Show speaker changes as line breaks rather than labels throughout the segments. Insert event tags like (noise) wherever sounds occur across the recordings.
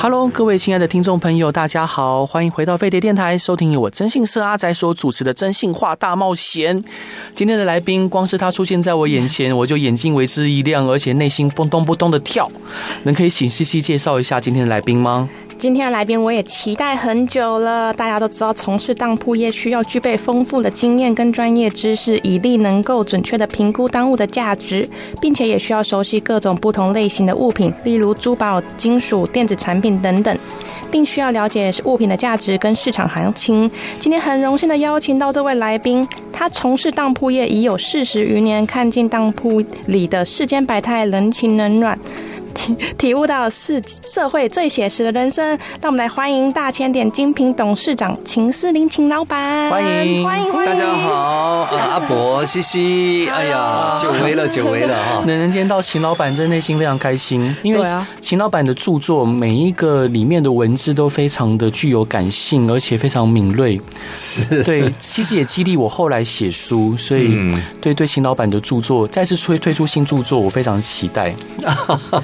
Hello，各位亲爱的听众朋友，大家好，欢迎回到飞碟电台，收听由我真性社阿仔所主持的《真性话大冒险》。今天的来宾，光是他出现在我眼前，我就眼睛为之一亮，而且内心扑通扑通的跳。能可以请西西介绍一下今天的来宾吗？
今天的来宾我也期待很久了。大家都知道，从事当铺业需要具备丰富的经验跟专业知识，以力能够准确的评估当物的价值，并且也需要熟悉各种不同类型的物品，例如珠宝、金属、电子产品等等，并需要了解物品的价值跟市场行情。今天很荣幸的邀请到这位来宾，他从事当铺业已有四十余年，看尽当铺里的世间百态，人情冷暖。 (laughs) 体体悟到世社会最写实的人生。让我们来欢迎大千点精品董事长秦思林秦老板，
欢迎
欢迎欢迎，
大家好，啊，阿伯，西西，哎呀，久违了，久违了哈。
能能见到秦老板，真内心非常开心，因为
对啊
秦老板的著作每一个里面的文字都非常的具有感性，而且非常敏锐。是，对，其实也激励我后来写书，所以、对对秦老板的著作再次推推出新著作，我非常期待。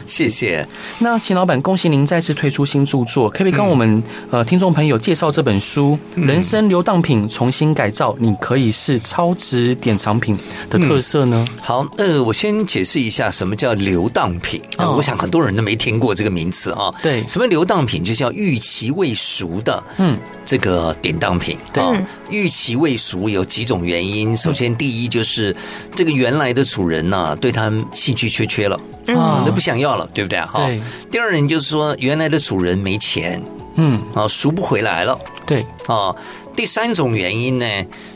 谢谢。
那秦老板，恭喜您再次推出新著作，可不可以跟我们、呃听众朋友介绍这本书《人生流荡品重新改造》，你可以是超值典藏品的特色呢？
好，呃，我先解释一下什么叫流荡品。啊
哦
我想很多人都没听过这个名词啊。
对
什么流荡品就叫预期未熟的，嗯，这个典当品。
对
啊预期未熟有几种原因。首先，第一就是这个原来的主人呢、对他兴趣缺缺了，
啊
啊，都不想要了，对不对啊？哈
对
第二呢，就是说原来的主人没钱
嗯，
啊，赎不回来了。
对，
啊。第三种原因呢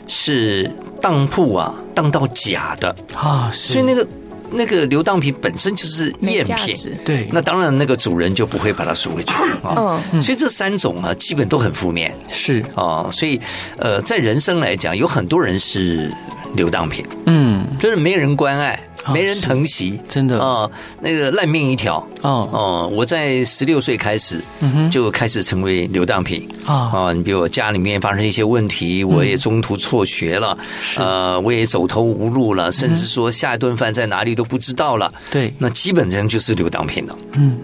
是当铺啊当到假的，
啊，是
所以那个那个流当品本身就是
没
赝
价
品，
值嗯
对，
那当然那个主人就不会把它赎回去啊。所以这三种啊基本都很负面
是
啊，所以呃在人生来讲，有很多人是流当品，
嗯
就是没人关爱。
哦
啊
没人
是
疼惜，
真的
啊、那个烂命一条
哦
哦、我在十六岁开始，
嗯
就开始成为流当品
啊
啊，你比如我家里面发生一些问题，我也中途辍学了，呃，我也走投无路了，甚至说下一顿饭在哪里都不知道了。
对
那基本上就是流当品了。嗯。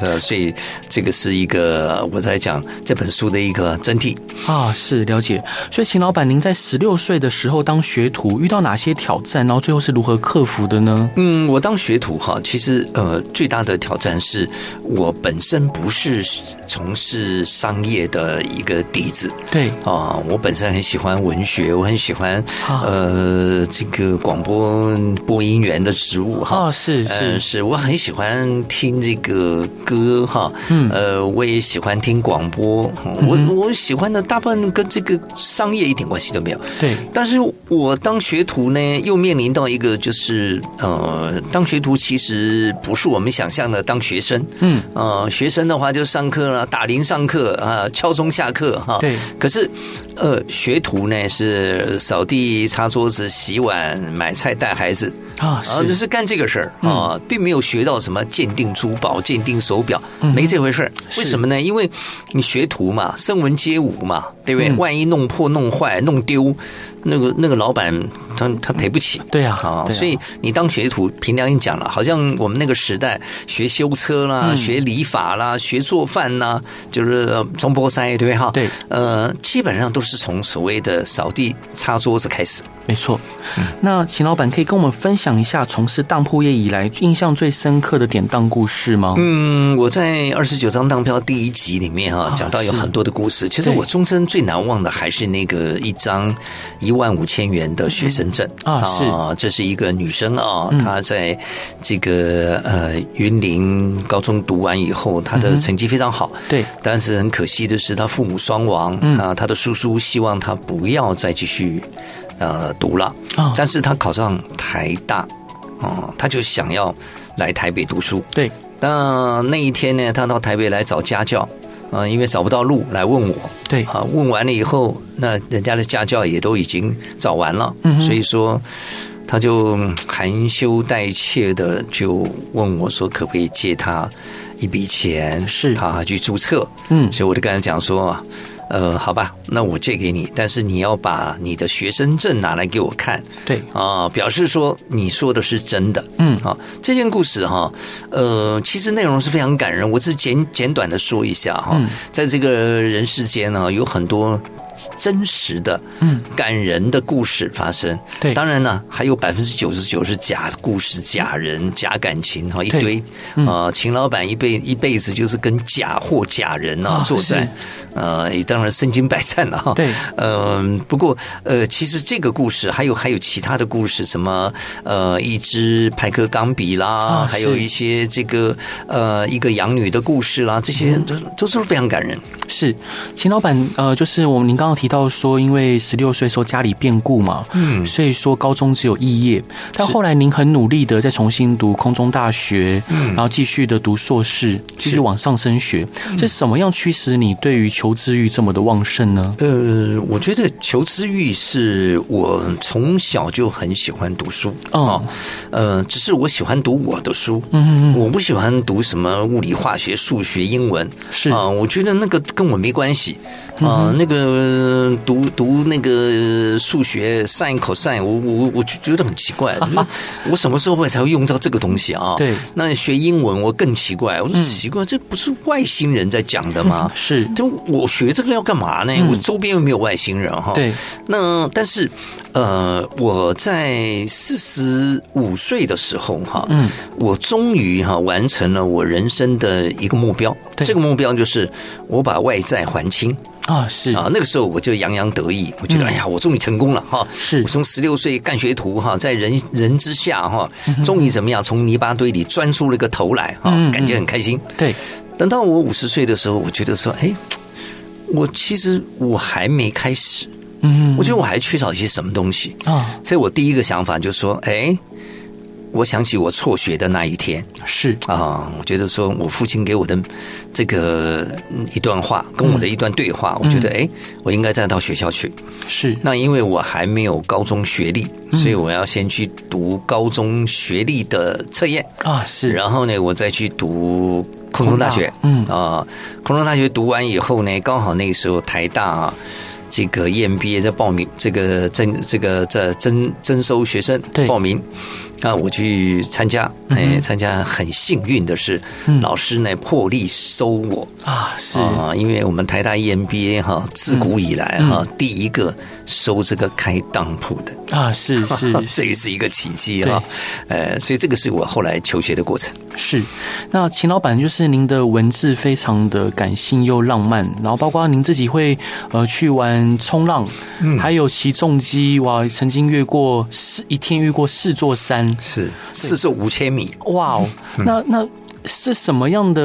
呃，所以这个是一个我在讲这本书的一个真谛。
啊是了解。所以秦老板，您在十六岁的时候当学徒，遇到哪些挑战，然后最后是如何克服的呢？
嗯，我当学徒哈，其实呃，最大的挑战是我本身不是从事商业的一个底子。
对
啊、我本身很喜欢文学，我很喜欢
啊
呃这个广播播音员的职务哈。
啊是
呃，
是
是我很喜欢听这个歌哈，嗯，呃，我也喜欢听广播，
嗯
我我喜欢的大部分跟这个商业一点关系都没有，
对
但是我当学徒呢，又面临到一个就是呃，当学徒其实不是我们想象的当学生。
嗯，
呃，学生的话就上课了，打铃上课啊，敲钟下课哈。
对
可是呃，学徒呢是扫地、擦桌子、洗碗、买菜、带孩子。
啊
啊，就是是干这个事
嗯
儿啊，并没有学到什么鉴定珠宝、鉴定手表，
嗯
没这回事儿。为什么呢？因为你学徒嘛，声闻皆无嘛，对不对？
嗯
万一弄破、弄坏、弄丢，那个那个老板他他赔不起。
对啊
啊，
对啊
所以你当学徒，凭良心讲了，好像我们那个时代学修车啦、
嗯
学理发啦、学做饭啦，就是呃中波塞，对不对哈？
对，
呃，基本上都是从所谓的扫地、擦桌子开始。
没错。
嗯
那秦老板可以跟我们分享一下从事当铺业以来印象最深刻的典当故事吗？
嗯，我在二十九张当票第一集里面啊，讲到有
是
很多的故事。其实
对
我终身最难忘的还是那个一张一万五千元的学生证
嗯啊是嗯
这是一个女生啊，她在这个呃云林高中读完以后，她
嗯
的成绩非常好。
对
但是很可惜的是，她父母双亡
嗯
啊，她的叔叔希望她不要再继续呃读了
啊，
但是她考上台大哦，她就想要来台北读书。
对
那那一天呢，他到台北来找家教，嗯、因为找不到路来问我，
对
啊，问完了以后，那人家的家教也都已经找完了，
嗯哼
所以说他就嗯含羞带怯的就问我说，可不可以借他一笔钱，
是
他去注册，
嗯
所以我就跟他讲说啊。呃，好吧，那我借给你，但是你要把你的学生证拿来给我看，
对，
啊、表示说你说的是真的。
嗯
啊，这件故事哈，呃，其实内容是非常感人，我只简简短的说一下哈。
嗯
在这个人世间呢，有很多真实的、
嗯
感人的故事发生。
对
当然呢，还有百分之九十九是假故事、假人、假感情哈，一
嗯对
堆。
嗯
啊，秦老板一辈一辈子就是跟假货、假人啊
啊
作战
是，
呃，也当然身经百战了哈。
对
嗯，不过呃，其实这个故事还有还有其他的故事，什么呃，一支派克钢笔啦，
啊
还有
是
一些这个呃一个养女的故事啦，这
嗯
些都、都是非常感人。
是秦老板，呃，就是我们您刚刚提到说，因为十六岁时候家里变故嘛，
嗯
所以说高中只有肄业，但后来您很努力的再重新读空中大学，嗯，然后继续的读硕士，继续往上升学，
嗯
是什么样驱使你对于求知欲这么的旺盛呢？
呃，我觉得求知欲是我从小就很喜欢读书
哦
哦，呃，只是我喜欢读我的书，
嗯嗯嗯，
我不喜欢读什么物理、化学、数学、英文，
是嗯
啊、我觉得那个跟我没关系啊、那个读读那个数学 sin cosine，我我我就觉得很奇
(laughs)
怪，就是我什么时候会才会用到这个东西啊？
对嗯
那学英文我更奇怪，我说奇怪，这不是外星人在讲的
(laughs)
吗？
是，
就我学这个要干嘛呢？我周边又没有外星人哈。
嗯对，
那但是呃，我在四十五岁的时候哈，
嗯，
我终于哈完成了我人生的一个目标。
对
这个目标就是我把外债还清
啊，是嗯
啊。那个时候我就洋洋得意，我觉得、哎呀，我终于成功了哈。
是
我从十六岁干学徒哈，在人人之下哈，终于怎么样从泥巴堆里钻出了个头来哈
嗯嗯嗯，
感觉很开心。
对，
等到我五十岁的时候，我觉得说，哎，我其实我还没开始，
嗯，
我觉得我还缺少一些什么东西，
啊，
所以我第一个想法就是说，哎，我想起我辍学的那一天
是，
啊、我觉得说我父亲给我的这个嗯一段话，跟我的一段对话，我觉得哎，我应该再到学校去。
是，
那因为我还没有高中学历，所以我要先去读高中学历的测验。
啊，是，
然后呢，我再去读空中大学，
空大嗯
啊、空中大学读完以后呢，刚好那个时候台大、啊、这个 EMBA 在报名，这个征这个在征征收学生
对嗯
报名，啊，我去参加，哎，参加很幸运的是，老师呢破例收我，
啊，嗯是，嗯
啊，因为我们台大 EMBA 哈、自古以来哈、第一个收这个开当铺的，
啊，是，
(laughs)
是，
这
是。
也是一个奇迹哈、呃，所以这个是我后来求学的过程。
是，那秦老板就是您的文字非常的感性又浪漫，然后包括您自己会呃去玩冲浪，
嗯
还有骑重机，哇，曾经越过四一天越过四座山，
是四十五千米。
哇哦，
嗯
那那是什么样的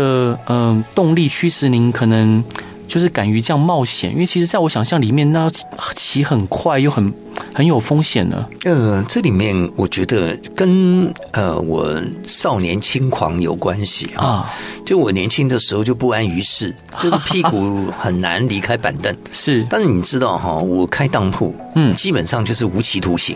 嗯、呃动力驱使您可能就是敢于这样冒险？因为其实在我想象里面，那要骑骑很快又很很有风险呢。啊
呃，这里面我觉得跟呃我少年轻狂有关系啊。
啊，
就我年轻的时候就不安于世，就是屁股很难离开板
(laughs)
凳。
是，
但是你知道哈，我开当铺，
嗯
基本上就是无期徒
(laughs)
刑。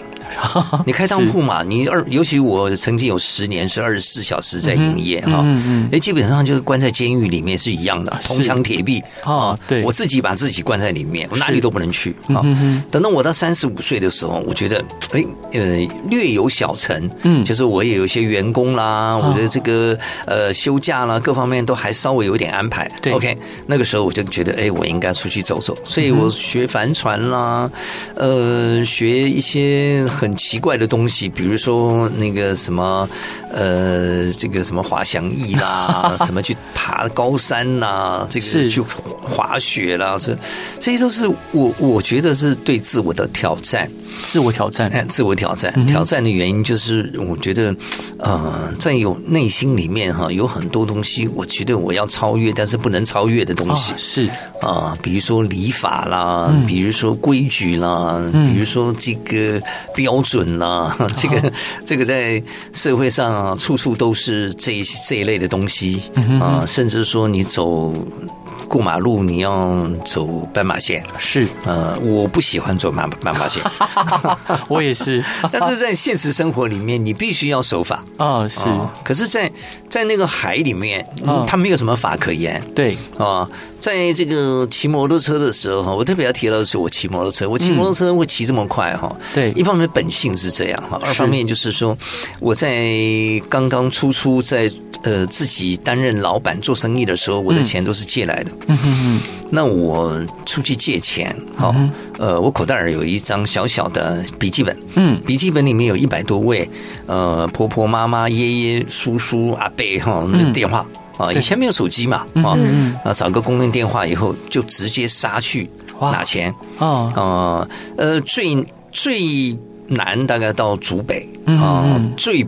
你开当铺嘛，你二，尤其我曾经有十年是二十四小时在营业哈，
嗯嗯
哎，基本上就是关在监狱里面是一样的，
是
铜墙铁壁
啊对
我自己把自己关在里面，我哪里都不能去啊
嗯哼。
等到我到三十五岁的时候，我觉得，哎，呃，略有小成，
嗯啊
就是我也有一些员工啦，我的这个呃休假啦，各方面都还稍微有点安排。
对
o k 那个时候我就觉得，哎，我应该出去走走，所
嗯
以我学帆船啦，呃，学一些很奇怪的东西，比如说那个什么，呃，这个什么滑翔翼
(laughs)
啦，什么去爬高山啦，这
是
个去滑雪啦，这这些都是我我觉得是对自我的挑战。
自我挑战，
哎，自我挑战，挑战的原因就是我觉得，呃，在有内心里面哈，有很多东西，我觉得我要超越，但是不能超越的东
啊，
西
是，
啊、比如说礼法啦，比如说规矩啦，比如说这个标准啦， (laughs) 这个这个在社会上啊，处处都是这一这一类的东西啊、甚至说你走。过马路你要走斑马线， (laughs)
是，
呃，我不喜欢走斑斑马线，
我也是，
但是在现实生活里面，你必须要守法。
啊，是，
啊可是在，在那个海里面，
嗯
嗯它没有什么法可言。
对，
啊，在这个骑摩托车的时候哈，我特别要提到的是我骑摩托车，我骑摩托车会骑这么快哈、
对
一方面本性是这样哈，二方面就是说我在刚刚初出在呃自己担任老板做生意的时候，我的钱都是借来的。
嗯哼哼，
那我出去借钱，
嗯
好、呃，我口袋里有一张小小的笔记本，
嗯，
笔记本里面有一百多位，呃，婆婆妈妈、爷爷、叔叔、阿伯哈，
嗯
那个电话啊、以前没有手机嘛，啊、啊，找个公用电话以后就直接杀去
哇
拿钱，
哦，
啊，呃，最最南大概到竹北
嗯
啊、
嗯嗯
最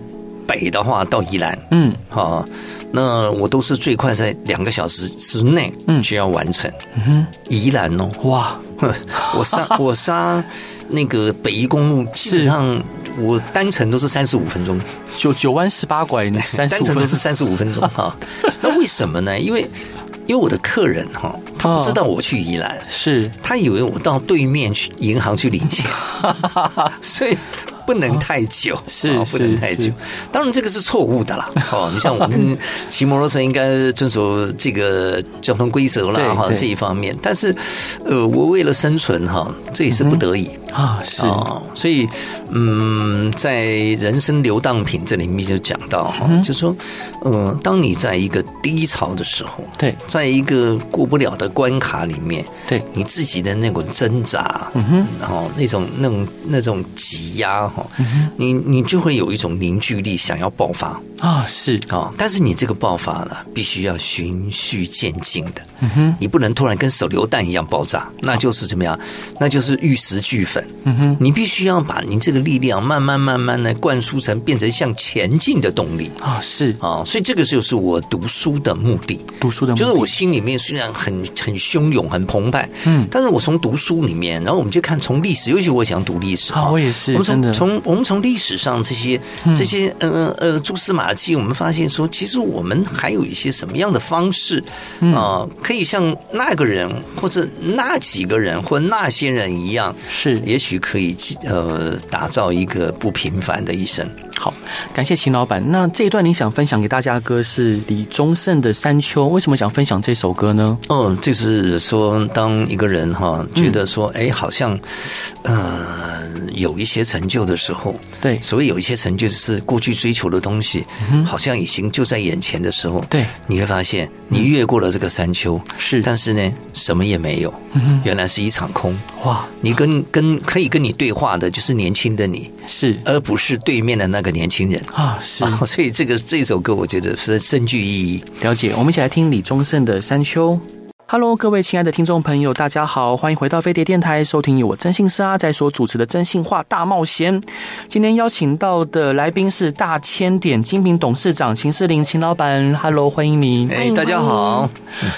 北的话到宜兰，
嗯，
啊，那我都是最快在两个小时之内
嗯
就要完成。
哼
宜兰哦， (laughs)
哇，
我
(laughs)
杀我杀那个北宜公路，基本上我单程都是三十五分钟，
九九弯十八
(laughs)
拐，你三十
单
五
程
分
都是三十五分钟
(laughs)
哈。那为什么呢？因为因为我的客人哈，他不知道我去宜兰，
是
他以为我到对面去银行去领
(laughs)
钱，所以。不能太久，
哦是
啊不能
是
太久
是。
当然，这个是错
(laughs)
误的啦。哦，你像我们骑摩托车应该遵守这个交通规则
对
啦，哈，
对
这一方面。但是，呃，我为了生存哈，这也是不得已。
啊，是，
哦，所以嗯，在人生流荡品这里面就讲到
嗯
哈，就说，呃，当你在一个低潮的时候，
对
在一个过不了的关卡里面，
对，
你自己的那种挣扎，
嗯
然后那种那种那种挤压哈，
嗯
你你就会有一种凝聚力，想要爆发啊、
啊，是，
哦但是你这个爆发呢，必须要循序渐进的，
嗯
你不能突然跟手榴弹一样爆炸，那就是怎么样？那就是玉石俱焚。
嗯哼，
你必须要把你这个力量慢慢慢慢的灌输成变成向前进的动力
啊，是
啊、所以这个就是我读书的目的。
读书的目的，
就是我心里面虽然很很汹涌、很澎湃，
嗯
但是我从读书里面，然后我们就看从历史，尤其我想读历史
啊，我也是
我，们
真
从
的，嗯
从我们从历史上这些这些呃呃蛛丝马迹，我们发现说，其实我们还有一些什么样的方式
嗯
啊、呃可以像那个人或者那几个人或那些人一样，
是
也许可以呃打造一个不平凡的一生。
好，感谢秦老板。那这一段您想分享给大家的歌是李宗盛的《山丘》，为什么想分享这首歌呢？
哦，就是说，当一个人哈觉得说，哎、好像，呃，有一些成就的时候，
对
所谓有一些成就，就是过去追求的东西，好像已经就在眼前的时候，
嗯对，
你会发现你越过了这个山丘，
是嗯
但是呢，什么也没有，原来是一场空。
哇，
你跟跟可以跟你对话的，就是年轻的你，
是
而不是对面的那个年轻人。
啊，是
啊， (laughs) 所以这个这首歌，我觉得是深具意义。
了解。我们一起来听李宗盛的《山丘》。Hello，各位亲爱的听众朋友，大家好，欢迎回到飞碟电台，收听由我真心是阿仔所主持的《真心话大冒险》。今天邀请到的来宾是大千点精品董事长秦世林秦老板，Hello，欢迎你。
哎，大家好，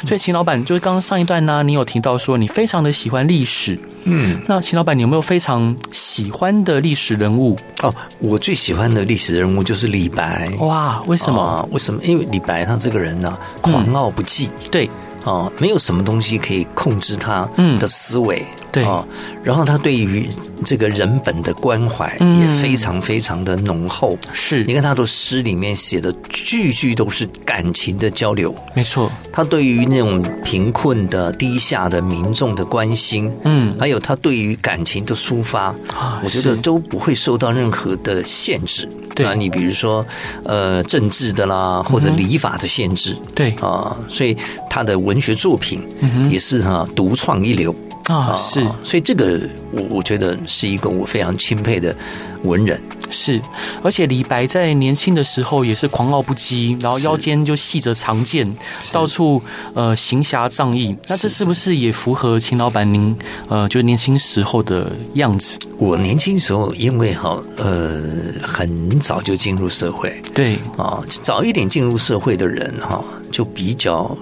所以秦老板，就是刚刚上一段呢、你有提到说你非常的喜欢历史，
嗯。
那秦老板，你有没有非常喜欢的历史人物？
哦，我最喜欢的历史人物就是李白。
哇，为什么？
啊为什么？因为李白他这个人呢、
嗯
狂傲不羁
对，
啊、没有什么东西可以控制他
嗯
的思维。
对
啊然后他对于这个人本的关怀
嗯
也非常非常的浓厚。
是
你，看他的诗里面写的句句都是感情的交流，
没错，
他对于那种贫困的、低下的民众的关心，
嗯，
还有他对于感情的抒发，
啊
我觉得
是
都不会受到任何的限制。
对嗯
啊，你比如说，呃，政治的啦，或者礼法的限制。
对嗯
啊，所以他的文学作品也是哈、啊、独创一流
啊，是
所以这个我我觉得是一个我非常钦佩的文人。
是，而且李白在年轻的时候也是狂傲不羁，然后腰间就系着长剑，到处呃行侠仗义。那这是不是也符合秦老板您呃就是年轻时候的样子？
我年轻时候因为哈呃很早就进入社会，
对，
啊，早一点进入社会的人哈、就比较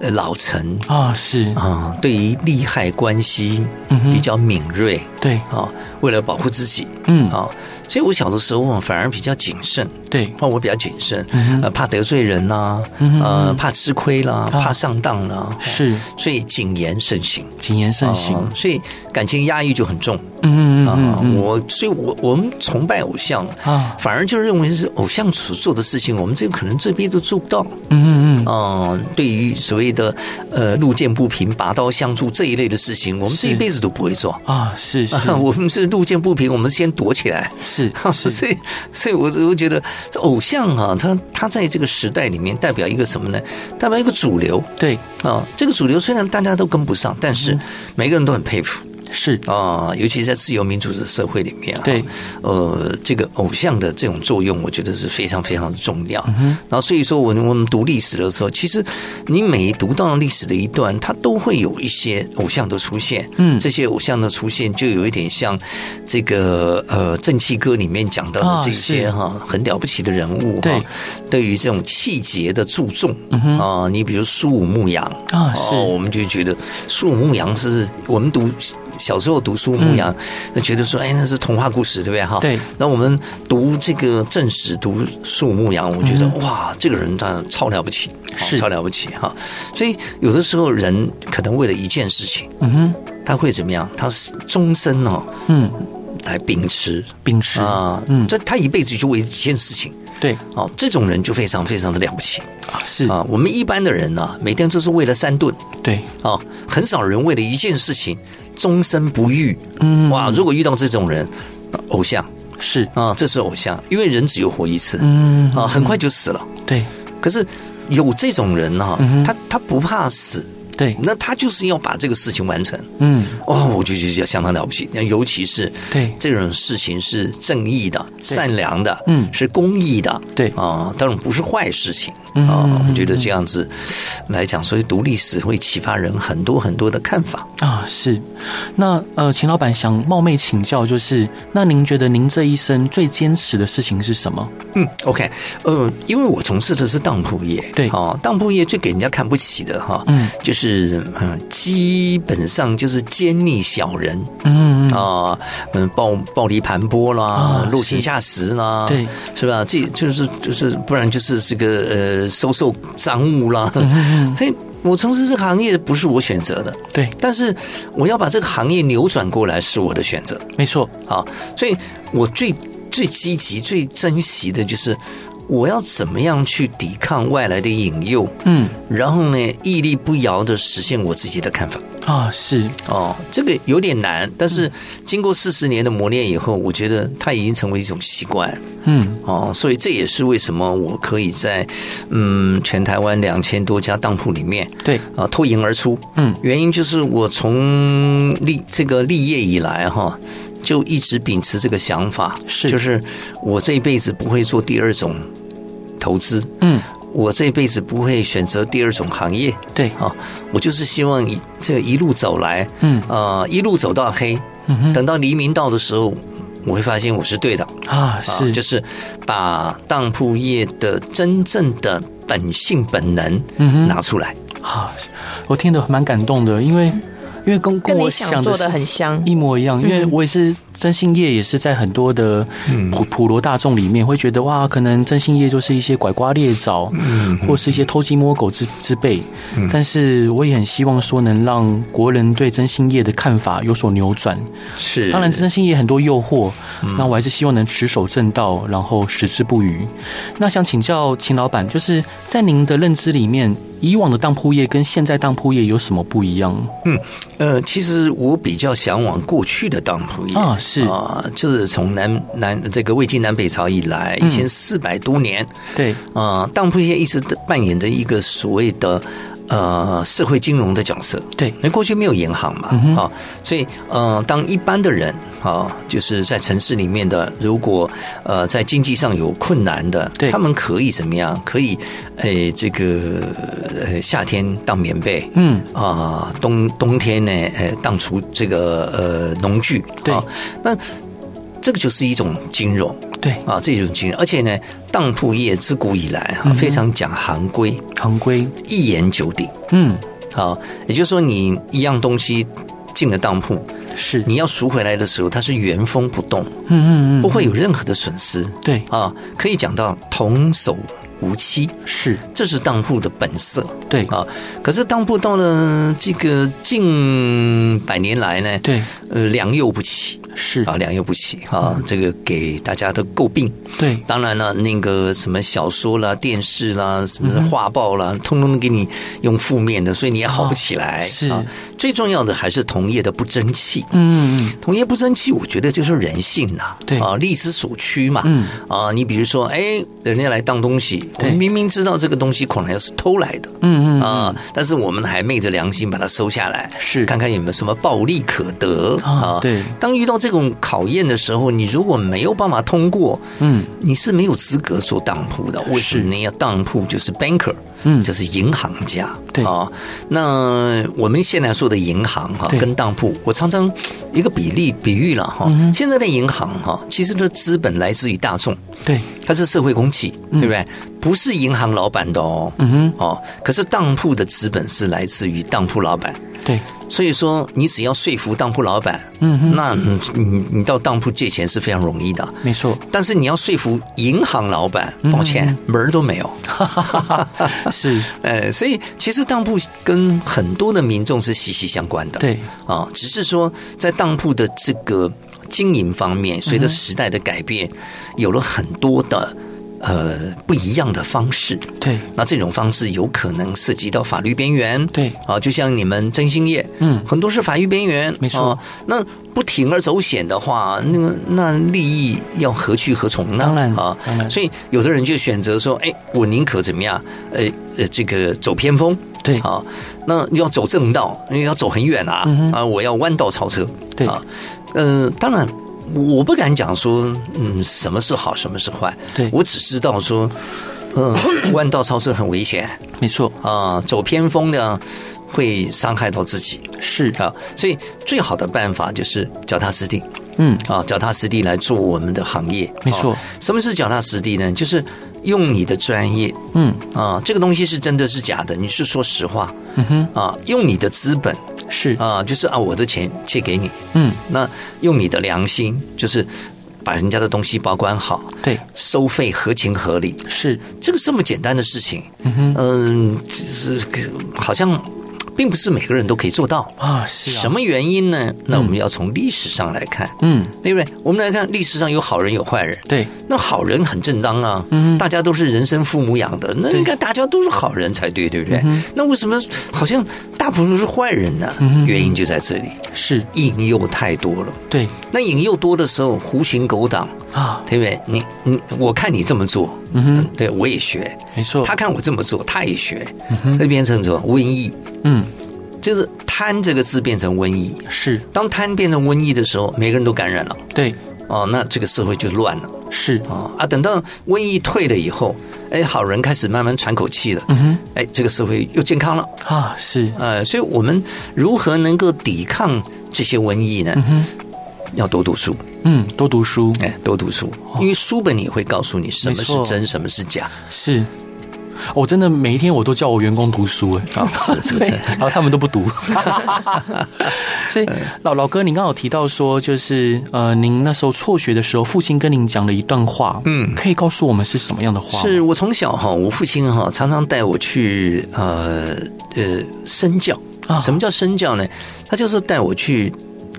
呃老成
啊，是，
啊，对于
嗯
利害关系比较敏锐
对，
啊，为了保护自己，
嗯
啊，所以我小的时候反而比较谨慎，
对，
那我比较谨慎，
嗯
呃，怕得罪人啦，呃，怕吃亏啦，怕上当啦，
啊是
所以谨言慎行，
谨言慎行。
啊所以感情压抑就很重
嗯嗯嗯
啊。我所以，我我们崇拜偶像，
啊，
反而就认为是偶像所做的事情，我们这个可能这辈子都做不到。
嗯嗯嗯，
嗯，对于所谓的呃路见不平、拔刀相助这一类的事情，我们这一
是
辈子都不会做。
啊，是是
(laughs) 我们是路见不平，我们先躲起来。
(laughs) 是是，
(laughs) 所以，所以我我觉得这偶像啊，他他在这个时代里面代表一个什么呢？代表一个主流
对，
啊。这个主流虽然大家都跟不上，但
嗯
是每个人都很佩服
是
啊。尤其是在自由民主的社会里面啊，
对，
呃，这个偶像的这种作用，我觉得是非常非常的重要。
嗯
然后，所以说我我们读历史的时候，其实你每读到历史的一段，它都会有一些偶像的出现。
嗯
这些偶像的出现，就有一点像这个呃《正气歌》里面讲到
啊
的这些
是
哈、很了不起的人物哈、
对嗯
对于这种气节的注重啊、你比如苏武牧羊
啊是
哦我们就觉得苏武牧羊是我们读。小时候读苏武牧羊，那、觉得说，哎，那是童话故事，对不对？哈，
嗯对
那我们读这个正史，读树牧羊，我觉得、哇，这个人他超了不起，
嗯是
超了不起哈。所以有的时候人可能为了一件事情，嗯
哼，
他会怎么样？他是终身哦
嗯，来
来秉持
秉持，
啊，
嗯
这他一辈子就为一件事情。
对
哦，这种人就非常非常的了不起
啊是，
啊！我们一般的人呢、啊每天都是为了三顿
对
啊，很少人为了一件事情终身不渝。嗯，哇，如果遇到这种人，偶像
是，
啊，这是偶像，因为人只有活一次，
嗯
啊，很快就死了。
对
可是有这种人哈、
嗯
他他不怕死，
对，
那他就是要把这个事情完成。
嗯
哦，我就觉得相当了不起。那尤其是
对
这种事情是正义的、善良的，
嗯
是公益的，
对
啊，当然不是坏事情
嗯
啊
嗯。
我觉得这样子来讲，所以读历史会启发人很多很多的看法。
啊是。那呃，秦老板想冒昧请教，就是那您觉得您这一生最坚持的事情是什么？
嗯，OK，呃，因为我从事的是当铺业，
对
哦，当铺业最给人家看不起的哈，
嗯，
就是嗯，基本上就是奸佞小人
嗯嗯
啊，嗯，暴暴力盘剥啦
啊，
落井
是
下石啦，
对，
是吧？这就是就是，不然就是这个呃，收受赃物啦，
嗯
所以我从事这个行业不是我选择的，
对，
但是我要把这个行业扭转过来是我的选择，
没错，
啊，所以我最最积极、最珍惜的就是我要怎么样去抵抗外来的引诱，
嗯
然后呢，屹立不摇的实现我自己的看法。
啊是，
哦，这个有点难，但是
嗯
经过四十年的磨练以后，我觉得它已经成为一种习惯
嗯
哦，所以这也是为什么我可以在嗯全台湾两千多家当铺里面
对，
啊脱颖而出。
嗯
原因就是我从立这个立业以来哈，就一直秉持这个想法，
是
就是我这一辈子不会做第二种投资，
嗯
我这一辈子不会选择第二种行业
对，
啊，我就是希望一这一路走来，
嗯
呃，一路走到黑，
嗯哼
等到黎明到的时候，我会发现我是对的，
啊
啊
是，
就是把当铺业的真正的本性本
嗯哼
能拿出来。
啊，我听得蛮感动的，因为因为跟跟
跟
我
你
想
想
的
做
是
的很像。
一模一样，因为我也是征信业，也是在很多的普普罗大众里面会觉得哇，可能征信业就是一些拐瓜裂枣，或是一些偷鸡摸狗之之辈。但是我也很希望说能让国人对征信业的看法有所扭转。
是
当然，征信业很多诱惑，那我还是希望能持守正道，然后矢志不渝。那想请教秦老板，就是在您的认知里面，以往的当铺业跟现在当铺业有什么不一样？
呃，其实我比较向往过去的当铺业
啊是
啊、就是从南南这个魏晋南北朝以来，
嗯
一千四百多年
对，
啊、当铺业一直扮演着一个所谓的呃社会金融的角色。
对，
因为过去没有银行
嗯
嘛，啊、所以呃，当一般的人啊、就是在城市里面的，如果呃在经济上有困难的
对，
他们可以怎么样？可以，诶、这个呃夏天当棉被，
嗯，
啊、冬冬天呢，呃，当除这个呃农具，
对
啊那这个就是一种金融
对，
啊，这种金融，而且呢，当铺业自古以来
嗯
啊，非常讲行规，
行规，
一言九鼎
嗯，
啊，也就是说，你一样东西进了当铺，
是，
你要赎回来的时候，它是原封不动，
嗯嗯嗯，
不会有任何的损失。
对，
啊，可以讲到童叟无欺，
是，
这是当铺的本色
对，
啊。可是当铺到了这个近百年来呢，
对，嗯
呃，良莠不齐
是，
啊，良莠不齐啊，这个给大家的诟病。
对，
当然了，那个什么小说啦、电视啦、什么画报啦，通通给你用负面的，所以你也好不起来。
嗯
啊
哦是
最重要的还是同业的不争气。
嗯嗯
同业不争气，我觉得就是人性呐、
对
啊，力之所趋嘛。
嗯
啊，你比如说，哎，人家来当东西，我们
对
明明知道这个东西可能是偷来的。
嗯嗯，
啊！但是我们还昧着良心把它收下来，
是
看看有没有什么暴利可得
啊对
当遇到这种考验的时候，你如果没有办法通过，
嗯，
你是没有资格做当铺的。为什么呢？要当铺就是 banker，
嗯
就是银行家。
对
啊，那我们现在说的银行哈、
对嗯
跟当铺，我常常一个比例比喻了哈、现在的银行哈、其实的资本来自于大众，
对，
它是社会公器，对不对？不是银行老板的哦。
嗯哼，
哦，可是当铺的资本是来自于当铺老板，
对，
所以说你只要说服当铺老板，
嗯哼，
那你你你到当铺借钱是非常容易的。
没错，
但是你要说服银行老板，抱歉，门儿都没有。 (laughs)
是，
呃，所以其实当铺跟很多的民众是息息相关的。
对，
啊，只是说在当铺的这个经营方面，随着时代的改变，有了很多的呃不一样的方式。
对，
那这种方式有可能涉及到法律边缘，
对
啊，就像你们征信业，
嗯
很多是法律边缘，
没错
啊那不铤而走险的话，那个那利益要何去何从呢？
当然
啊，
当然
所以有的人就选择说，哎，我宁可怎么样，呃呃，这个走偏锋，
对，
啊，那要走正道，你要走很远啊，
嗯哼
啊，我要弯道超车，
对
啊，呃，当然。我不敢讲说，嗯，什么是好，什么是坏。
对
我只知道说，嗯、弯道超车很危险
没错，
啊、走偏锋呢会伤害到自己
是，
啊。所以最好的办法就是脚踏实地
嗯，
啊，脚踏实地来做我们的行业。
没错
啊什么是脚踏实地呢？就是用你的专业
嗯，
啊，这个东西是真的是假的，你是说实话。
嗯哼，
啊，用你的资本
是，
啊，就是啊，我的钱借给你，
嗯，
那用你的良心，就是把人家的东西保管好，
对，
收费合情合理，
是，
这个这么简单的事情，嗯，是好像并不是每个人都可以做到。
啊，是啊，
什？么原因呢？那我们要从历史上来看，
嗯，
对不对？我们来看历史上有好人有坏人，
对，嗯
那好人很正当啊，大家都是人生父母养的，那应该大家都是好人才对，对不对？
嗯
那为什么好像大部分都是坏人呢？原因就在这里，
是，
引诱太多了。
对，
那引诱多的时候，狐群狗党，
啊，
对不对？你你，我看你这么做，嗯，对我也学。
没错，
他，看我这么做，他也学，那变成什么瘟疫？
嗯，
就是贪这个字变成瘟疫。
是，
当贪变成瘟疫的时候，每个人都感染了，
对，
哦，那这个社会就乱了。
是，
啊啊！等到瘟疫退了以后，哎，好人开始慢慢喘口气了，
嗯哼，
哎，这个社会又健康了。
啊，是，
呃，所以我们如何能够抵抗这些瘟疫呢？
嗯哼
要多读书，
嗯，多读书，哦
哎，多读书，因为书本也会告诉你什么
没
是
错
真，什么是假。
是。我、真的每一天我都叫我员工读书哎，
哦是
(laughs)
是
对，然后他们都不读。 (laughs) 所
嗯
以老老哥，您刚好提到说，就是呃，您那时候辍学的时候，父亲跟您讲了一段话，
嗯
可以告诉我们是什么样的话吗？
是我从小哈，我父亲哈常常带我去呃呃身教
啊。
什么叫身教呢？他就是带我去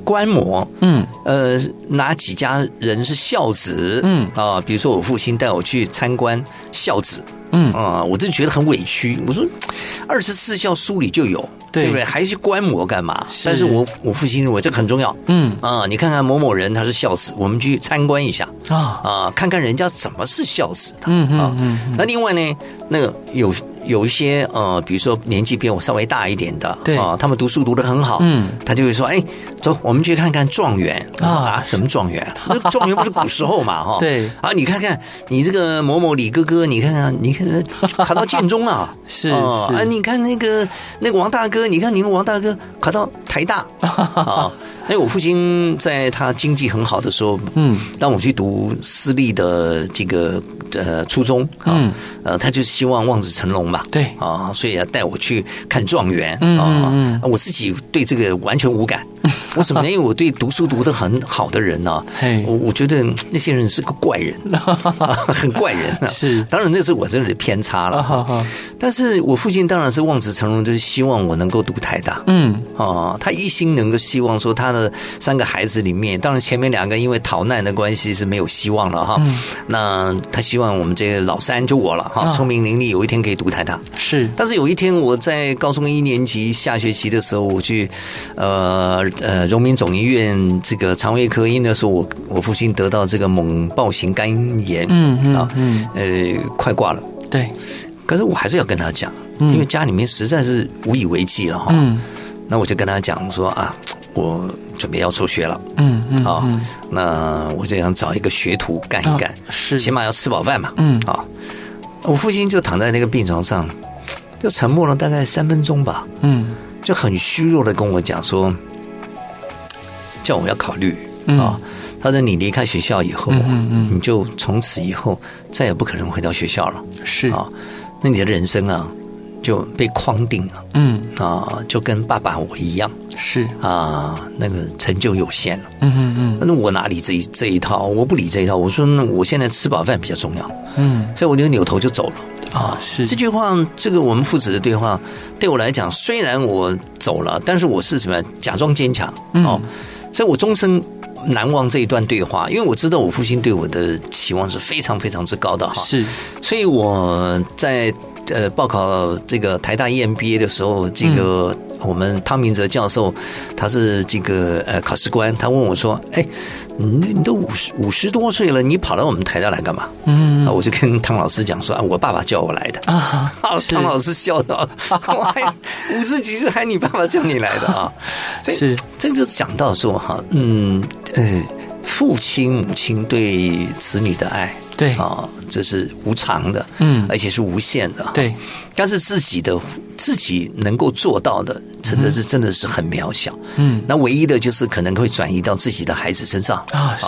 观摩，
嗯，
呃，哪几家人是孝子？
嗯
啊，比如说我父亲带我去参观孝子，
嗯
啊，我真觉得很委屈。我说，二十四孝书里就有，
对
不对？还去观摩干嘛？
是
但是我我父亲认为这个很重要。
嗯
啊，你看看某某人他是孝子，我们去参观一下
啊，
啊，看看人家怎么是孝子的。
嗯
啊
嗯嗯，
那另外呢，那个有有一些呃，比如说年纪比我稍微大一点的，
对
啊，他们读书读得很好，
嗯，
他就会说，哎，走，我们去看看状元
啊
什么状元？ (laughs) 那状元不是古时候嘛，哈，
对
啊，你看看你这个某某李哥哥，你看看，你看看考到建中了，
(laughs) 是
哦
是
啊，你看那个那个王大哥，你看你们王
(laughs)
大哥考到台大 (laughs) 啊。那我父亲在他经济很好的时候，
嗯，
让我去读私立的这个呃初中啊，
嗯
呃，他就希望望子成龙嘛，
对
啊，所以要带我去看状元
嗯
啊
嗯嗯， (laughs)
我自己对这个完全无感为什么呢？因为我对读书读得很好的人呢、啊
嘿，
我我觉得嗯那些人是个怪
(laughs)
人，啊很怪人啊。
是
当然那是我这里的偏差了。
啊哈哈，
但是我父亲当然是望子成龙，就是希望我能够读台大。
嗯，
哦，他一心能够希望说他的三个孩子里面，当然前面两个因为逃难的关系是没有希望了哈。那他希望我们这个老三就我了哈，
嗯啊
聪明伶俐，有一天可以读台大。
是
但是有一天我在高中一年级下学期的时候，我去呃呃荣民总医院这个肠胃科医那时候我我父亲得到这个猛暴型肝炎，
嗯嗯
啊
嗯，
呃快挂了。
对，
可是我还是要跟他讲，
嗯
因为家里面实在是无以为继了哈。
嗯
那我就跟他讲说啊，我准备要辍学了
嗯嗯，
啊、
嗯
那我就想找一个学徒干一干，
啊是
起码要吃饱饭嘛。
嗯
啊、我父亲就躺在那个病床上，就沉默了大概三分钟吧，
嗯
就很虚弱的跟我讲说，叫我要考虑
嗯
啊、他说你离开学校以后，啊
嗯嗯嗯
你就从此以后再也不可能回到学校了
是
啊、那你的人生啊就被框定了
嗯
啊、就跟爸爸我一样。
是
啊，那个成就有限了。
嗯嗯
那我哪里这一这一套？我不理这一套。我说，那我现在吃饱饭比较重要，
嗯嗯
所以我就扭头就走了。
啊是
这句话，这个我们父子的对话，对我来讲，虽然我走了，但是我是什么？假装坚强哦，所以我终身难忘这一段对话，因为我知道我父亲对我的期望是非常非常之高的哈。
是
所以我在呃报考这个台大 E EMBA 的时候，这
嗯
个我们汤明哲教授他是这个呃考试官，他问我说：“哎，你你都五十五十多岁了，你跑到我们台大来干嘛？”
嗯
啊，我就跟汤老师讲说：“啊，我爸爸叫我来的。”
啊
啊，
是
汤老师笑到，我还五十几岁还你爸爸叫你来的啊，
(laughs)
所以
是
这就讲到说哈，嗯呃，父亲母亲对子女的爱，
对
啊，这是无常的，
嗯
而且是无限的，。
对
但是自己的自己能够做到的，真的是真的是很渺小。
嗯，
那唯一的就是可能会转移到自己的孩子身上
啊是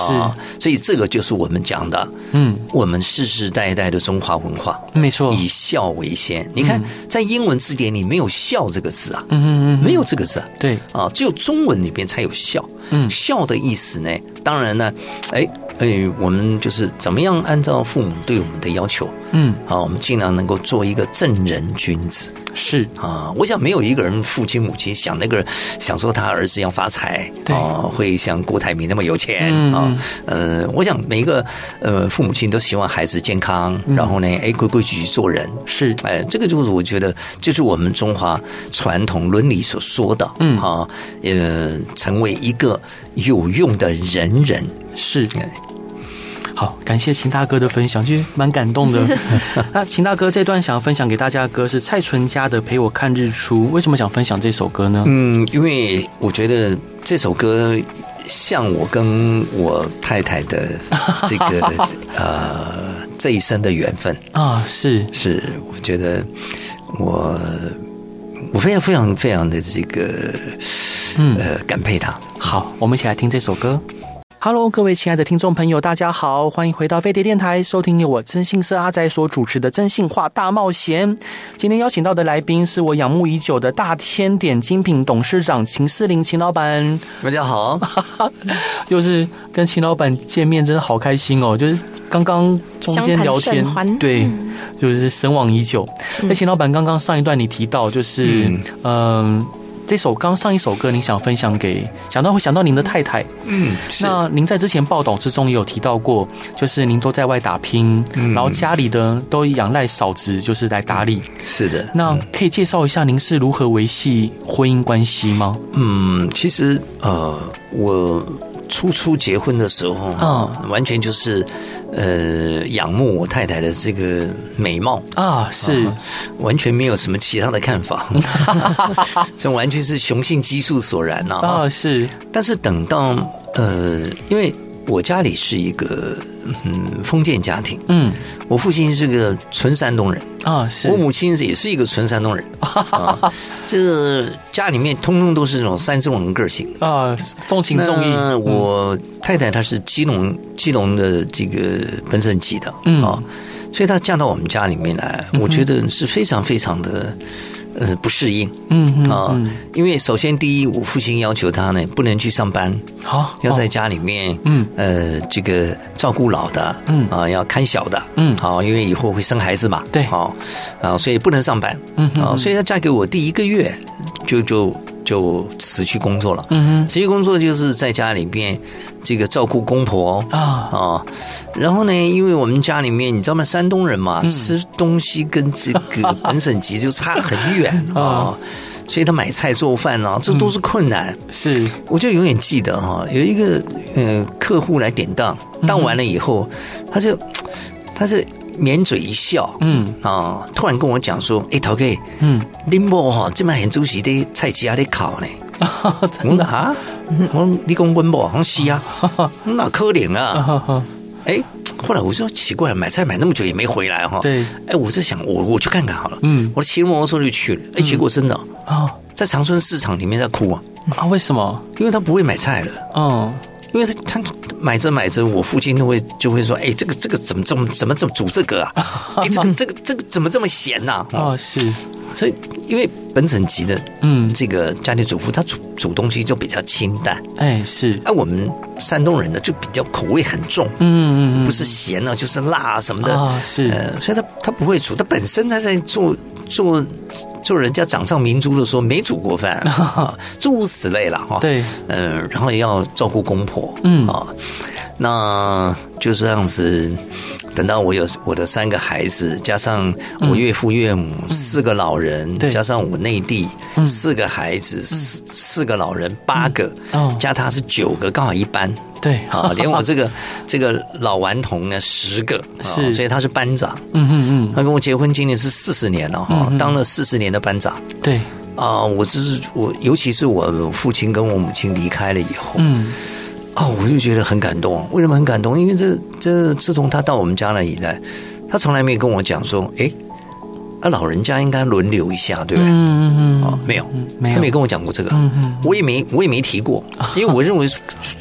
所以这个就是我们讲的，
嗯
我们世世代代的中华文化，
没错
以孝为先。你看，在英文字典里没有“孝”这个字啊，
嗯嗯嗯嗯
没有这个字啊。
对
啊，只有中文里边才有孝。
嗯
孝的意思呢，当然呢，哎哎，我们就是怎么样按照父母对我们的要求，
嗯
啊，我们尽量能够做一个正人君子
是
啊。我想没有一个人父亲母亲想那个想说他儿子要发财
对
啊，会像郭台铭那么有钱
嗯
啊。呃，我想每一个呃父母亲都希望孩子健康，
嗯
然后呢，哎，规规矩矩做人。
是
哎，这个就是我觉得，就是我们中华传统伦理所说的，
嗯
啊，呃，成为一个有用的人人，
是
哎
好，感谢秦大哥的分享，其实蛮感动
(laughs)
的。那秦大哥这段想要分享给大家的歌是蔡淳佳的《陪我看日出》，为什么想分享这首歌呢？
嗯，因为我觉得这首歌像我跟我太太的这个
(laughs)
呃这一生的缘分，
啊，是
是我觉得我我非常非常非常的这个
嗯
呃感佩
(laughs)
她。
好，我们一起来听这首歌。Hello，各位亲爱的听众朋友，大家好，欢迎回到飞碟电台，收听由我真心社阿仔所主持的《真性化大冒险》。今天邀请到的来宾是我仰慕已久的大千点精品董事长秦思林，秦老板。
大家好，
嗯
又是跟秦老板见面，真的好开心哦！就是刚刚中间聊
相
天
谈甚，欢嗯
对，就是神往已久。那、秦老板刚刚上一段你提到，就是嗯、呃这首刚上一首歌，你想分享给想到会想到您的太太。
嗯，是
那您在之前报道之中也有提到过，就是您都在外打拼，然后家里的都仰赖嫂子就是来打理。
是的，
那可以介绍一下您是如何维系婚姻关系吗？
嗯，其实呃，我初初结婚的时候
哦
啊，完全就是呃仰慕我太太的这个美貌。
啊，是，
完全没有什么其他的看
(laughs)
法， (laughs) 这完全是雄性激素所燃呐、啊。
啊，是，
但是等到呃，因为我家里是一个嗯封建家庭，
嗯，
我父亲是个纯山东人，
啊，是，
我母亲也是一个纯山东人
(laughs)
啊，这个家里面通通都是那种山东人个性。
啊，重情重义，
那
嗯
我太太她是基隆基隆的这个本省籍的，
嗯
啊，所以她嫁到我们家里面来，我觉得是非常非常的呃不适应
嗯嗯
啊、因为首先第一，我父亲要求他呢不能去上班，
好，
要在
哦
家里面，
嗯
呃，这个照顾老的，
嗯
啊、要看小的，
嗯
好、因为以后会生孩子嘛，
对
好、啊、所以不能上班，
嗯
啊、所以她嫁给我第一个月就就就辞去工作了，
嗯
辞去工作就是在家里面这个照顾公婆，
哼啊，
哦，然后呢，因为我们家里面，你知道吗？山东
嗯
人嘛，吃东西跟这
(laughs)
个本省级就差很远
啊
哦，所以他买菜做饭啊，
嗯
这都是困难。
是
我就永远记得哈、有一个呃客户来典当，
嗯
当完了以后，他就他是抿嘴一笑，
嗯
啊、突然跟我讲说：“哎，陶哥，
嗯， (laughs)
林某哈，这摆很主席的菜鸡还在烤呢。”
真
我
的
说啊，我说你讲温某，我说是啊，
(laughs)
那可怜啊。
哈哈，
哎，后来我说奇怪，买菜买那么久也没回来哈。
对，
哎，我在想，我我去看看好了。
嗯
我骑着摩托车就去了。哎，结果真的
哦
在长春市场里面在哭啊，
啊，为什么？
因为他不会买菜了，
嗯，
因为他他买着买着，我父亲都会就会说，哎，这个这个怎么这么怎么怎么煮这个啊？
(laughs)
哎，这个这个这个怎么这么咸呐、哦，
哦是，
所以因为本省级的
嗯，
这个家庭主妇，她煮煮东西就比较清淡，
哎是，
而我们山东人呢就比较口味很重，
嗯嗯嗯，
不是咸啊就是辣啊什么的。
啊是，
呃，所以他他不会煮，他本身他在做做做人家掌上明珠的时候没煮过饭，
(laughs)
啊诸如此类了哈。，
对，
嗯、然后也要照顾公婆，
嗯
啊，那就这样子。等到我有我的三个孩子，加上我岳父岳母、四个老人，
嗯对嗯
加上我内地、四个孩子、四四个老人八个，
哦
加他是九个，刚好一班。
对，
啊，连我这个这个老顽童呢，十个，啊
是
所以他是班长。
(laughs) 嗯嗯
他跟我结婚今年是四十年了哈，当了四十年的班长
嗯，对，
啊、我只是我，尤其是我父亲跟我母亲离开了以后，
嗯
啊、我就觉得很感动。为什么很感动？因为这这自从他到我们家来以来，他从来没有跟我讲说，哎，啊老人家应该轮流一下，对不对？
嗯嗯
哦
嗯，，
没有，
没有
他没跟我讲过这个，
嗯嗯
我也没我也没提过，
(laughs)
因为我认为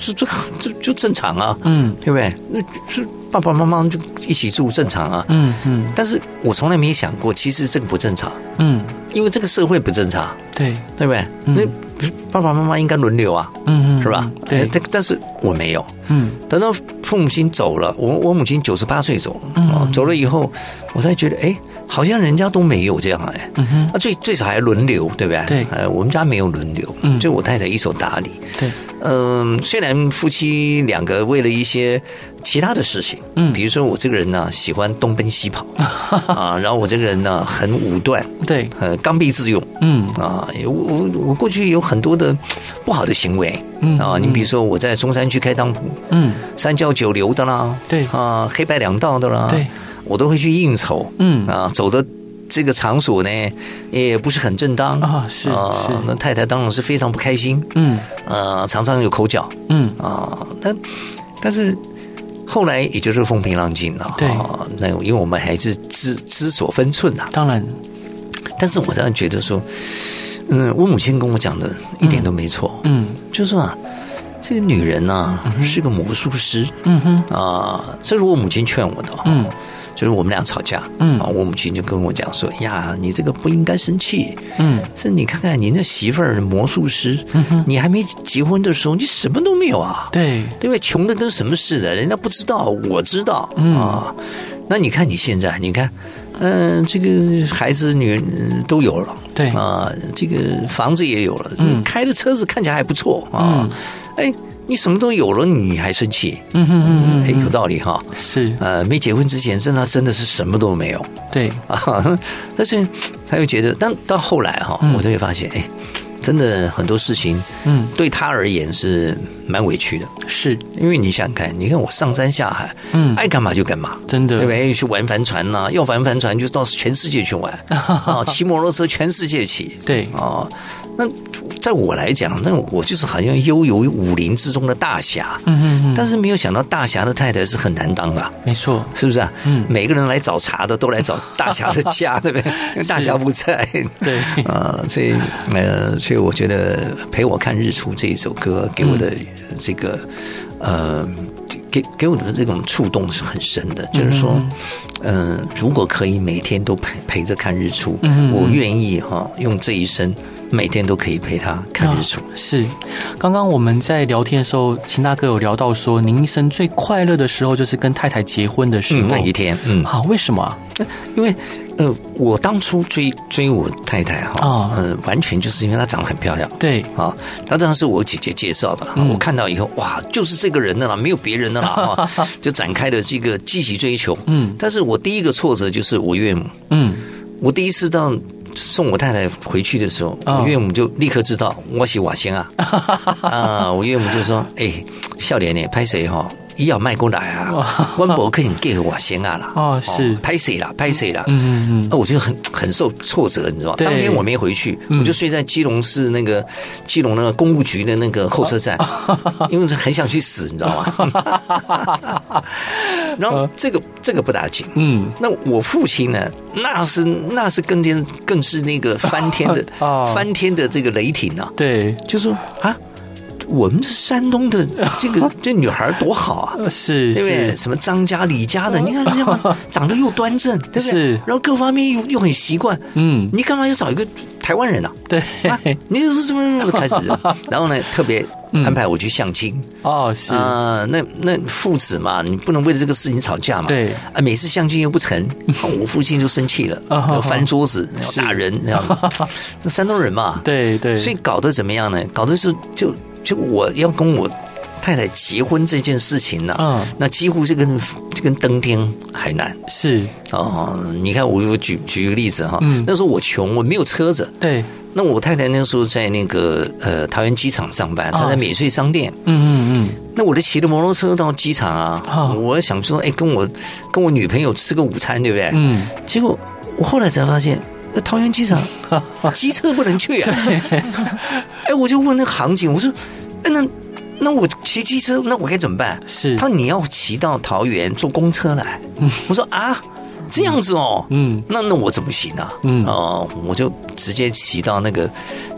这这这就正常啊，
嗯
对不对？那是爸爸妈妈就一起住正常啊，
嗯嗯
但是我从来没想过，其实这个不正常，
嗯，
因为这个社会不正常，
对，
对不对？
嗯
那不是爸爸妈妈应该轮流啊，
嗯嗯
是吧？哎
对，
但但是我没有。
嗯
等到父母亲走了，我我母亲九十八岁走了、
嗯
哦，走了以后，我才觉得，哎，好像人家都没有这样哎。
嗯哼，
啊，最最少还轮流，对不对？
对
呃，我们家没有轮流，
嗯
就我太太一手打理。
对，
嗯，虽然夫妻两个为了一些其他的事情，
嗯
比如说我这个人呢喜欢东奔
(laughs)
西跑啊，然后我这个人呢很武断，
对，
很刚愎自用
嗯
啊，我我我过去有很多的不好的行为
嗯
啊，你比如说我在中山区开当铺，
嗯
三教九流的啦，
对
啊，黑白两道的啦，
对，
我都会去应酬，
嗯
啊，走的这个场所呢也不是很正当
啊是是
那太太当然是非常不开心，
嗯
呃，常常有口角
嗯
啊，但但是。后来也就是风平浪静了，
对
啊，那因为我们还是知知所分寸呐、
当然，
但是我当然觉得说，嗯，我母亲跟我讲的一点都没错，
嗯
就是说啊，这个女人呢、是个魔术师
嗯哼，
啊，这是我母亲劝我的，
嗯，
就是我们俩吵架，
嗯
啊，我母亲就跟我讲说，呀，你这个不应该生气，
嗯
是你看看你那媳妇儿魔术师，你还没结婚的时候，你什么都没有啊，
对，
对不对？穷的跟什么似的，人家不知道，我知道
嗯
啊。那你看你现在，你看，嗯、这个孩子女嗯都有了，
对
啊、这个房子也有了，
嗯
你开的车子看起来还不错啊
嗯。
哎、你什么都有了，你还生气？
嗯哼嗯
哎，有道理哈。
嗯，是
呃，没结婚之前，真的真的是什么都没有 (laughs)
对，
啊。但是他又觉得，但到后来哈、我就会发现，哎，真的很多事情
嗯
对他而言是蛮委屈的。
是，
因为你想看，你看我上山下海，
嗯
爱干嘛就干嘛，
真的
对不对？去玩帆船呐、要玩帆船就到全世界去
(laughs)
玩啊，骑摩托车全世界骑
对，
啊。那在我来讲，那我就是好像悠游于武林之中的大侠，
嗯嗯嗯，
但是没有想到大侠的太太是很难当的、
没错，
是不是啊？
嗯
每个人来找茬的都来找大侠的
(laughs)
家，对不对？因为大侠不在，
对
(laughs) 啊、所以呃，所以我觉得《陪我看日出》这一首歌给我的这个呃，给给我的这种触动是很深的，就是说，嗯、如果可以每天都陪陪着看日出，
嗯嗯嗯
我愿意哈、用这一生每天都可以陪他看日出。
啊 (laughs) 是，刚刚我们在聊天的时候，秦大哥有聊到说，您一生最快乐的时候就是跟太太结婚的时
嗯
候。，
那一天，嗯，
啊，为什么啊？
因为呃，我当初追追我太太哈、
啊
呃，完全就是因为她长得很漂亮。
对，
啊，她当然是我姐姐介绍的，啊
嗯
我看到以后，哇，就是这个人的啦，没有别人的
(laughs)
啦，啊，就展开了这个积极追求。
嗯
但是我第一个挫折就是我岳母，
嗯，
我第一次到送我太太回去的时候，
啊
我岳母就立刻知道我是瓦
(laughs)
先啊，啊，我岳母就说：“哎、笑脸呢，拍谁哈？伊要卖过来啊，温博肯定给瓦先啊啦，
哦是
拍谁啦，拍谁啦。”
嗯嗯
啊，我就很很受挫折，你知道吗？
对
当天我没回去，
嗯
我就睡在基隆市那个基隆那个公务局的那个候
(laughs)
车站，因为很想去死，你知道吗？ (laughs) 然后这个这个不打紧，
嗯
那我父亲呢？那是那是更天更是那个翻天的、
(laughs) 哦
翻天的这个雷霆啊！
嗯，对，
就说啊，我们这山东的这
(laughs)
个这女孩多好啊！
呃是
对不对？
是，哦
什么张家、李家的，你看人家
(laughs)
嘛长得又端正，对不
是
对？然后各方面又又很习惯，
嗯
你干嘛要找一个台湾人呢、
对，
啊？啊，你就是这么开始，然后呢，特别安排我去相亲，
(laughs) 哦嗯是，
啊、那那父子嘛，你不能为了这个事情吵架嘛。
对
啊，每次相亲又不成，
(laughs)
啊我父亲就生气了，
啊
要翻桌子，要打人，
(laughs)
这样。这山东人嘛，，
对对，
所以搞得怎么样呢？搞得是就就我要跟我太太结婚这件事情呢、
嗯
那几乎是跟就跟登天还难
是，
哦。你看我，我举举个例子哈，
嗯
那时候我穷，我没有车子，
对，
那我太太那时候在那个呃桃园机场上班，她在
哦
免税商店。
嗯嗯
那我就骑着摩托车到机场啊，
哦
我想说，哎，跟我跟我女朋友吃个午餐，对不对？
嗯
结果我后来才发现，那桃园机场
嗯
机车不
(laughs)
能去啊。哎，我就问那个航警，我说，哎，那那我骑机车，那我该怎么办？
是
他说你要骑到桃园坐公车来。我说啊，这样子哦，
嗯
那那我怎么行啊？
嗯
哦、我就直接骑到那个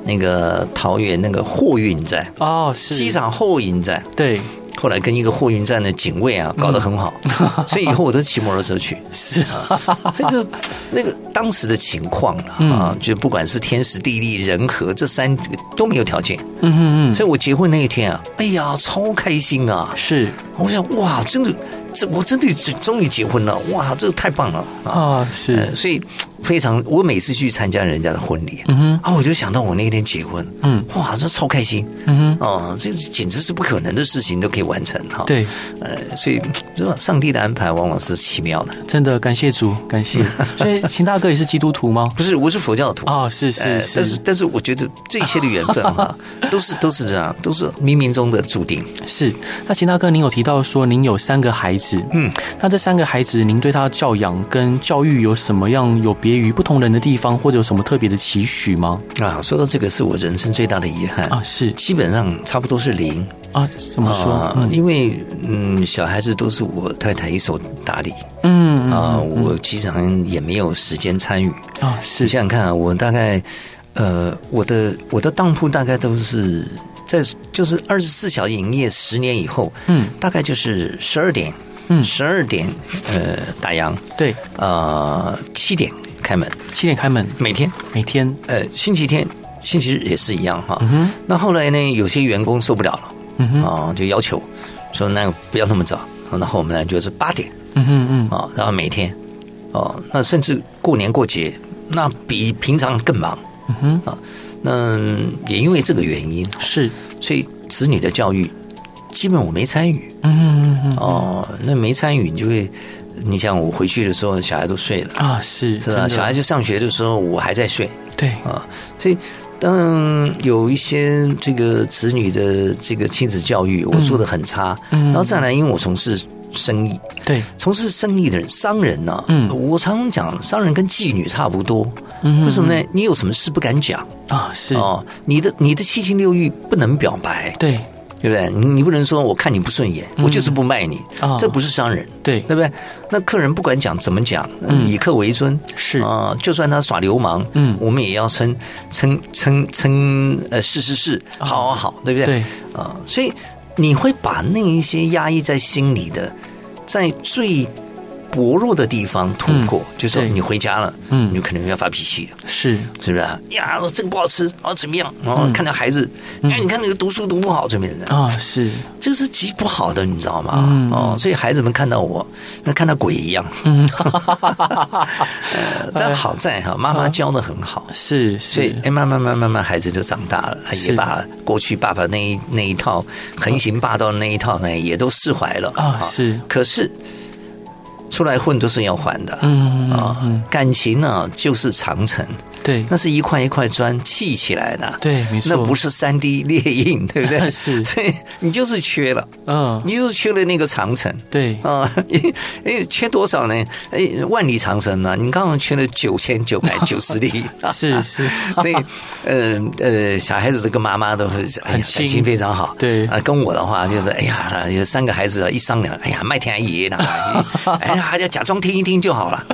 那个桃园那个货运站，
嗯，哦是，
机场货运站。
对
后来跟一个货运站的警卫啊搞得很好，
嗯
(laughs) 所以以后我都骑摩托
(laughs)
车去。
是，
啊所以这那个当时的情况啦、
嗯
啊，就不管是天时地利人和这三个都没有条件，
嗯嗯嗯
所以我结婚那一天啊，哎呀，超开心啊！
是
我想哇，真的，这我真的终于结婚了，哇，这太棒了啊！
啊是
呃，，所以非常，我每次去参加人家的婚礼啊，
嗯哼
啊我就想到我那天结婚，
嗯
哇，这超开心。
嗯哼。
哦，这简直是不可能的事情都可以完成哈。
对，
呃，所以是吧？上帝的安排往往是奇妙的。
真的感谢主，感
(laughs)
谢。所以秦大哥也是基督徒吗？
不是，我是佛教徒
哦，是是
呃但
是
是但是我觉得这一切的缘分
(laughs)
哈，都是都是这样，都是冥冥中的注定。
是。那秦大哥，您有提到说您有三个孩子，
嗯，
那这三个孩子，您对他的教养跟教育有什么样有别于不同人的地方，或者有什么特别的期许吗？
啊，说到这个是我人生最大的遗憾
啊，是
基本上差不多是零
啊，怎么说？
啊、因为嗯，小孩子都是我太太一手打理
嗯嗯
啊、我经常也没有时间参与。
啊，
你
是
想想看啊，我大概呃，我的我的当铺大概都是在就是二十四小时营业十年以后，
嗯，
大概就是十二点，
嗯
十二点呃打烊，
对，
呃七点开门，
七点开门，
每天
每天
呃星期天、星期日也是一样哈。那后来呢，有些员工受不了了，
嗯哼
啊、就要求说那不要那么早，然后我们呢就是八点，
嗯哼嗯，
啊、然后每天，哦，那甚至过年过节，那比平常更忙，嗯哼，啊，那也因为这个原因，
是，
所以子女的教育，基本我没参与，
嗯哼嗯哼
哦，那没参与，你就会，你想我回去的时候，小孩都睡了，
啊，是，
是
真
吧？
的
小孩去上学的时候，我还在睡，
对，
啊，所以当然有一些这个子女的这个亲子教育，我做的很差，
嗯
然后再来，因为我从事生意，
对，
从事生意的人，商人呢、
嗯
我常常讲，商人跟妓女差不多。
嗯
为什么呢？你有什么事不敢讲
啊，是，
哦？你的你的七情六欲不能表白，
对嗯
对不对？你你不能说我看你不顺眼，我就是不卖你，
啊
这不是商人，
对嗯
对不对？那客人不管讲怎么讲，以客为尊
是
啊、就算他耍流氓，
嗯
我们也要称称称称呃是是是，好好好，对不对？
啊对
啊、所以你会把那一些压抑在心里的，在最薄弱的地方突破，
嗯
就是说
对
你回家了，
嗯
你就可能要发脾气了。
是，
是不是啊？呀，这个不好吃，然后怎么样？然
嗯
后看到孩子，哎，你看那个读书读不好，怎么样？
啊，是，
这个是极不好的，你知道吗？
嗯
哦，所以孩子们看到我，那看到鬼一
(laughs)
样。
嗯，
呃但好在哈，妈妈教的很好，
哎嗯是
所以
是，
哎，慢慢慢慢慢慢，孩子就长大了，
是
也把过去爸爸那一那一套横行霸道的那一套呢，也都释怀了
啊
哦
是
可是出来混都是要还的。
嗯嗯嗯
啊
嗯，，
感情呢就是长城，
对
那是一块一块砖砌起来的。
对，没错，
那不是三 D 列印，对不
(laughs)
对？
是
所以你就是缺了，
嗯，
你就是缺了那个长城 (laughs)
对，
啊！因为因为缺多少呢？哎，万里长城嘛，你刚刚缺了九千九百九
(laughs)
十里。
是
(laughs)
是，
所以，呃呃，小孩子这个妈妈都很
很
哎感
亲
情非常好。
对
啊，跟我的话就是，哎呀，有三个孩子啊，一商量，哎呀，麦田阿姨
(laughs)
呢，哎呀，还要假装听一听就好了。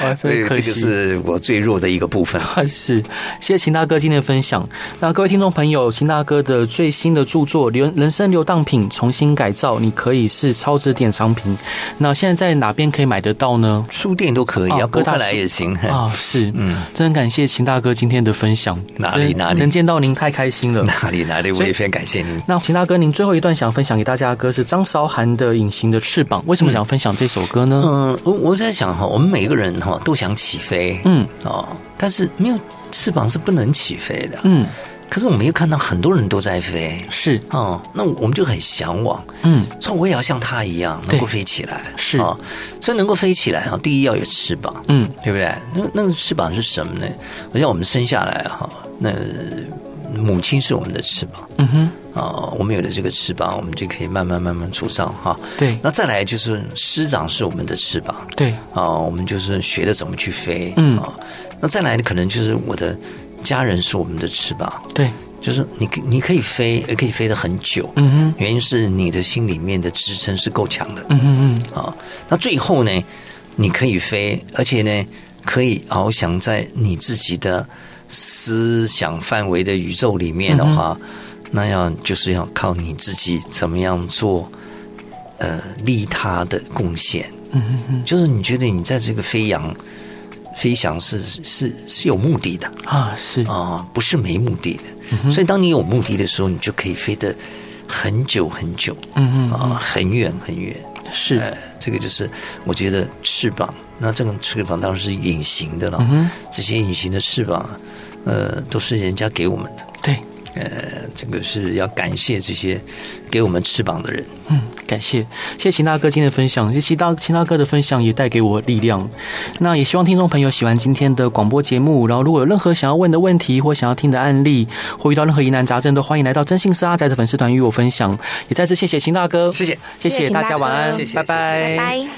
啊，
所以
真
哎这
可哦
个
惜。啊
是我最弱的一个部分。
是，谢谢秦大哥今天的分享。那各位听众朋友，秦大哥的最新的著作《流人生流荡品：重新改造》，你可以是超值典商品。那现在在哪边可以买得到呢？
书店都可以，
哦
要
各
博
大
客来
书
也行。
啊，是，嗯，真感谢秦大哥今天的分享，
哪里
真
哪里
能见到您太开心了。
(laughs) 哪里哪里，我也非常感谢您。
那秦大哥，您最后一段想分享给大家的歌是张韶涵的《隐形的翅膀》，为什么想分享这首歌呢？
嗯，我我在想哈，我们每个人哈都想起飞，
嗯
哦，但是没有翅膀是不能起飞的。
嗯，
可是我们又看到很多人都在飞，
是，
哦，那我们就很向往，
嗯，
说我也要像他一样能够
对
飞起来。
是
哦，所以能够飞起来啊，第一要有翅膀，
嗯，
对不对？那那个翅膀是什么呢？我想我们生下来哈，那母亲是我们的翅膀。
嗯哼，
啊、我们有了这个翅膀，我们就可以慢慢慢慢茁壮哈。
对
哦那再来就是师长是我们的翅膀
对，
啊、我们就是学着怎么去飞。
嗯
啊、那再来可能就是我的家人是我们的翅膀，
对，
就是你可你可以飞，也可以飞得很久。
嗯哼，
原因是你的心里面的支撑是够强的啊、
嗯哼嗯，
那最后呢，你可以飞，而且呢，可以翱翔在你自己的思想范围的宇宙里面的话，
嗯
那要就是要靠你自己怎么样做，呃，利他的贡献。嗯嗯就是你觉得你在这个飞扬。飞翔是是是有目的的，
啊，是，
啊、不是没目的的。
嗯
所以当你有目的的时候，你就可以飞得很久很久，
嗯
啊、很远很远。
嗯，是，
呃，这个就是我觉得翅膀，那这种翅膀当然是隐形的了。
嗯
这些隐形的翅膀，呃，都是人家给我们的。
对，
呃，这个是要感谢这些给我们翅膀的人。
嗯，感谢，谢谢秦大哥今天的分享，也谢大秦大哥的分享也带给我力量。那也希望听众朋友喜欢今天的广播节目，然后如果有任何想要问的问题或想要听的案例，或遇到任何疑难杂症，都欢迎来到真心是阿宅的粉丝团与我分享。也再次谢谢秦大哥，
谢谢
谢谢大
谢谢
家，
秦大哥
晚安，
谢谢
拜拜，
谢谢
拜。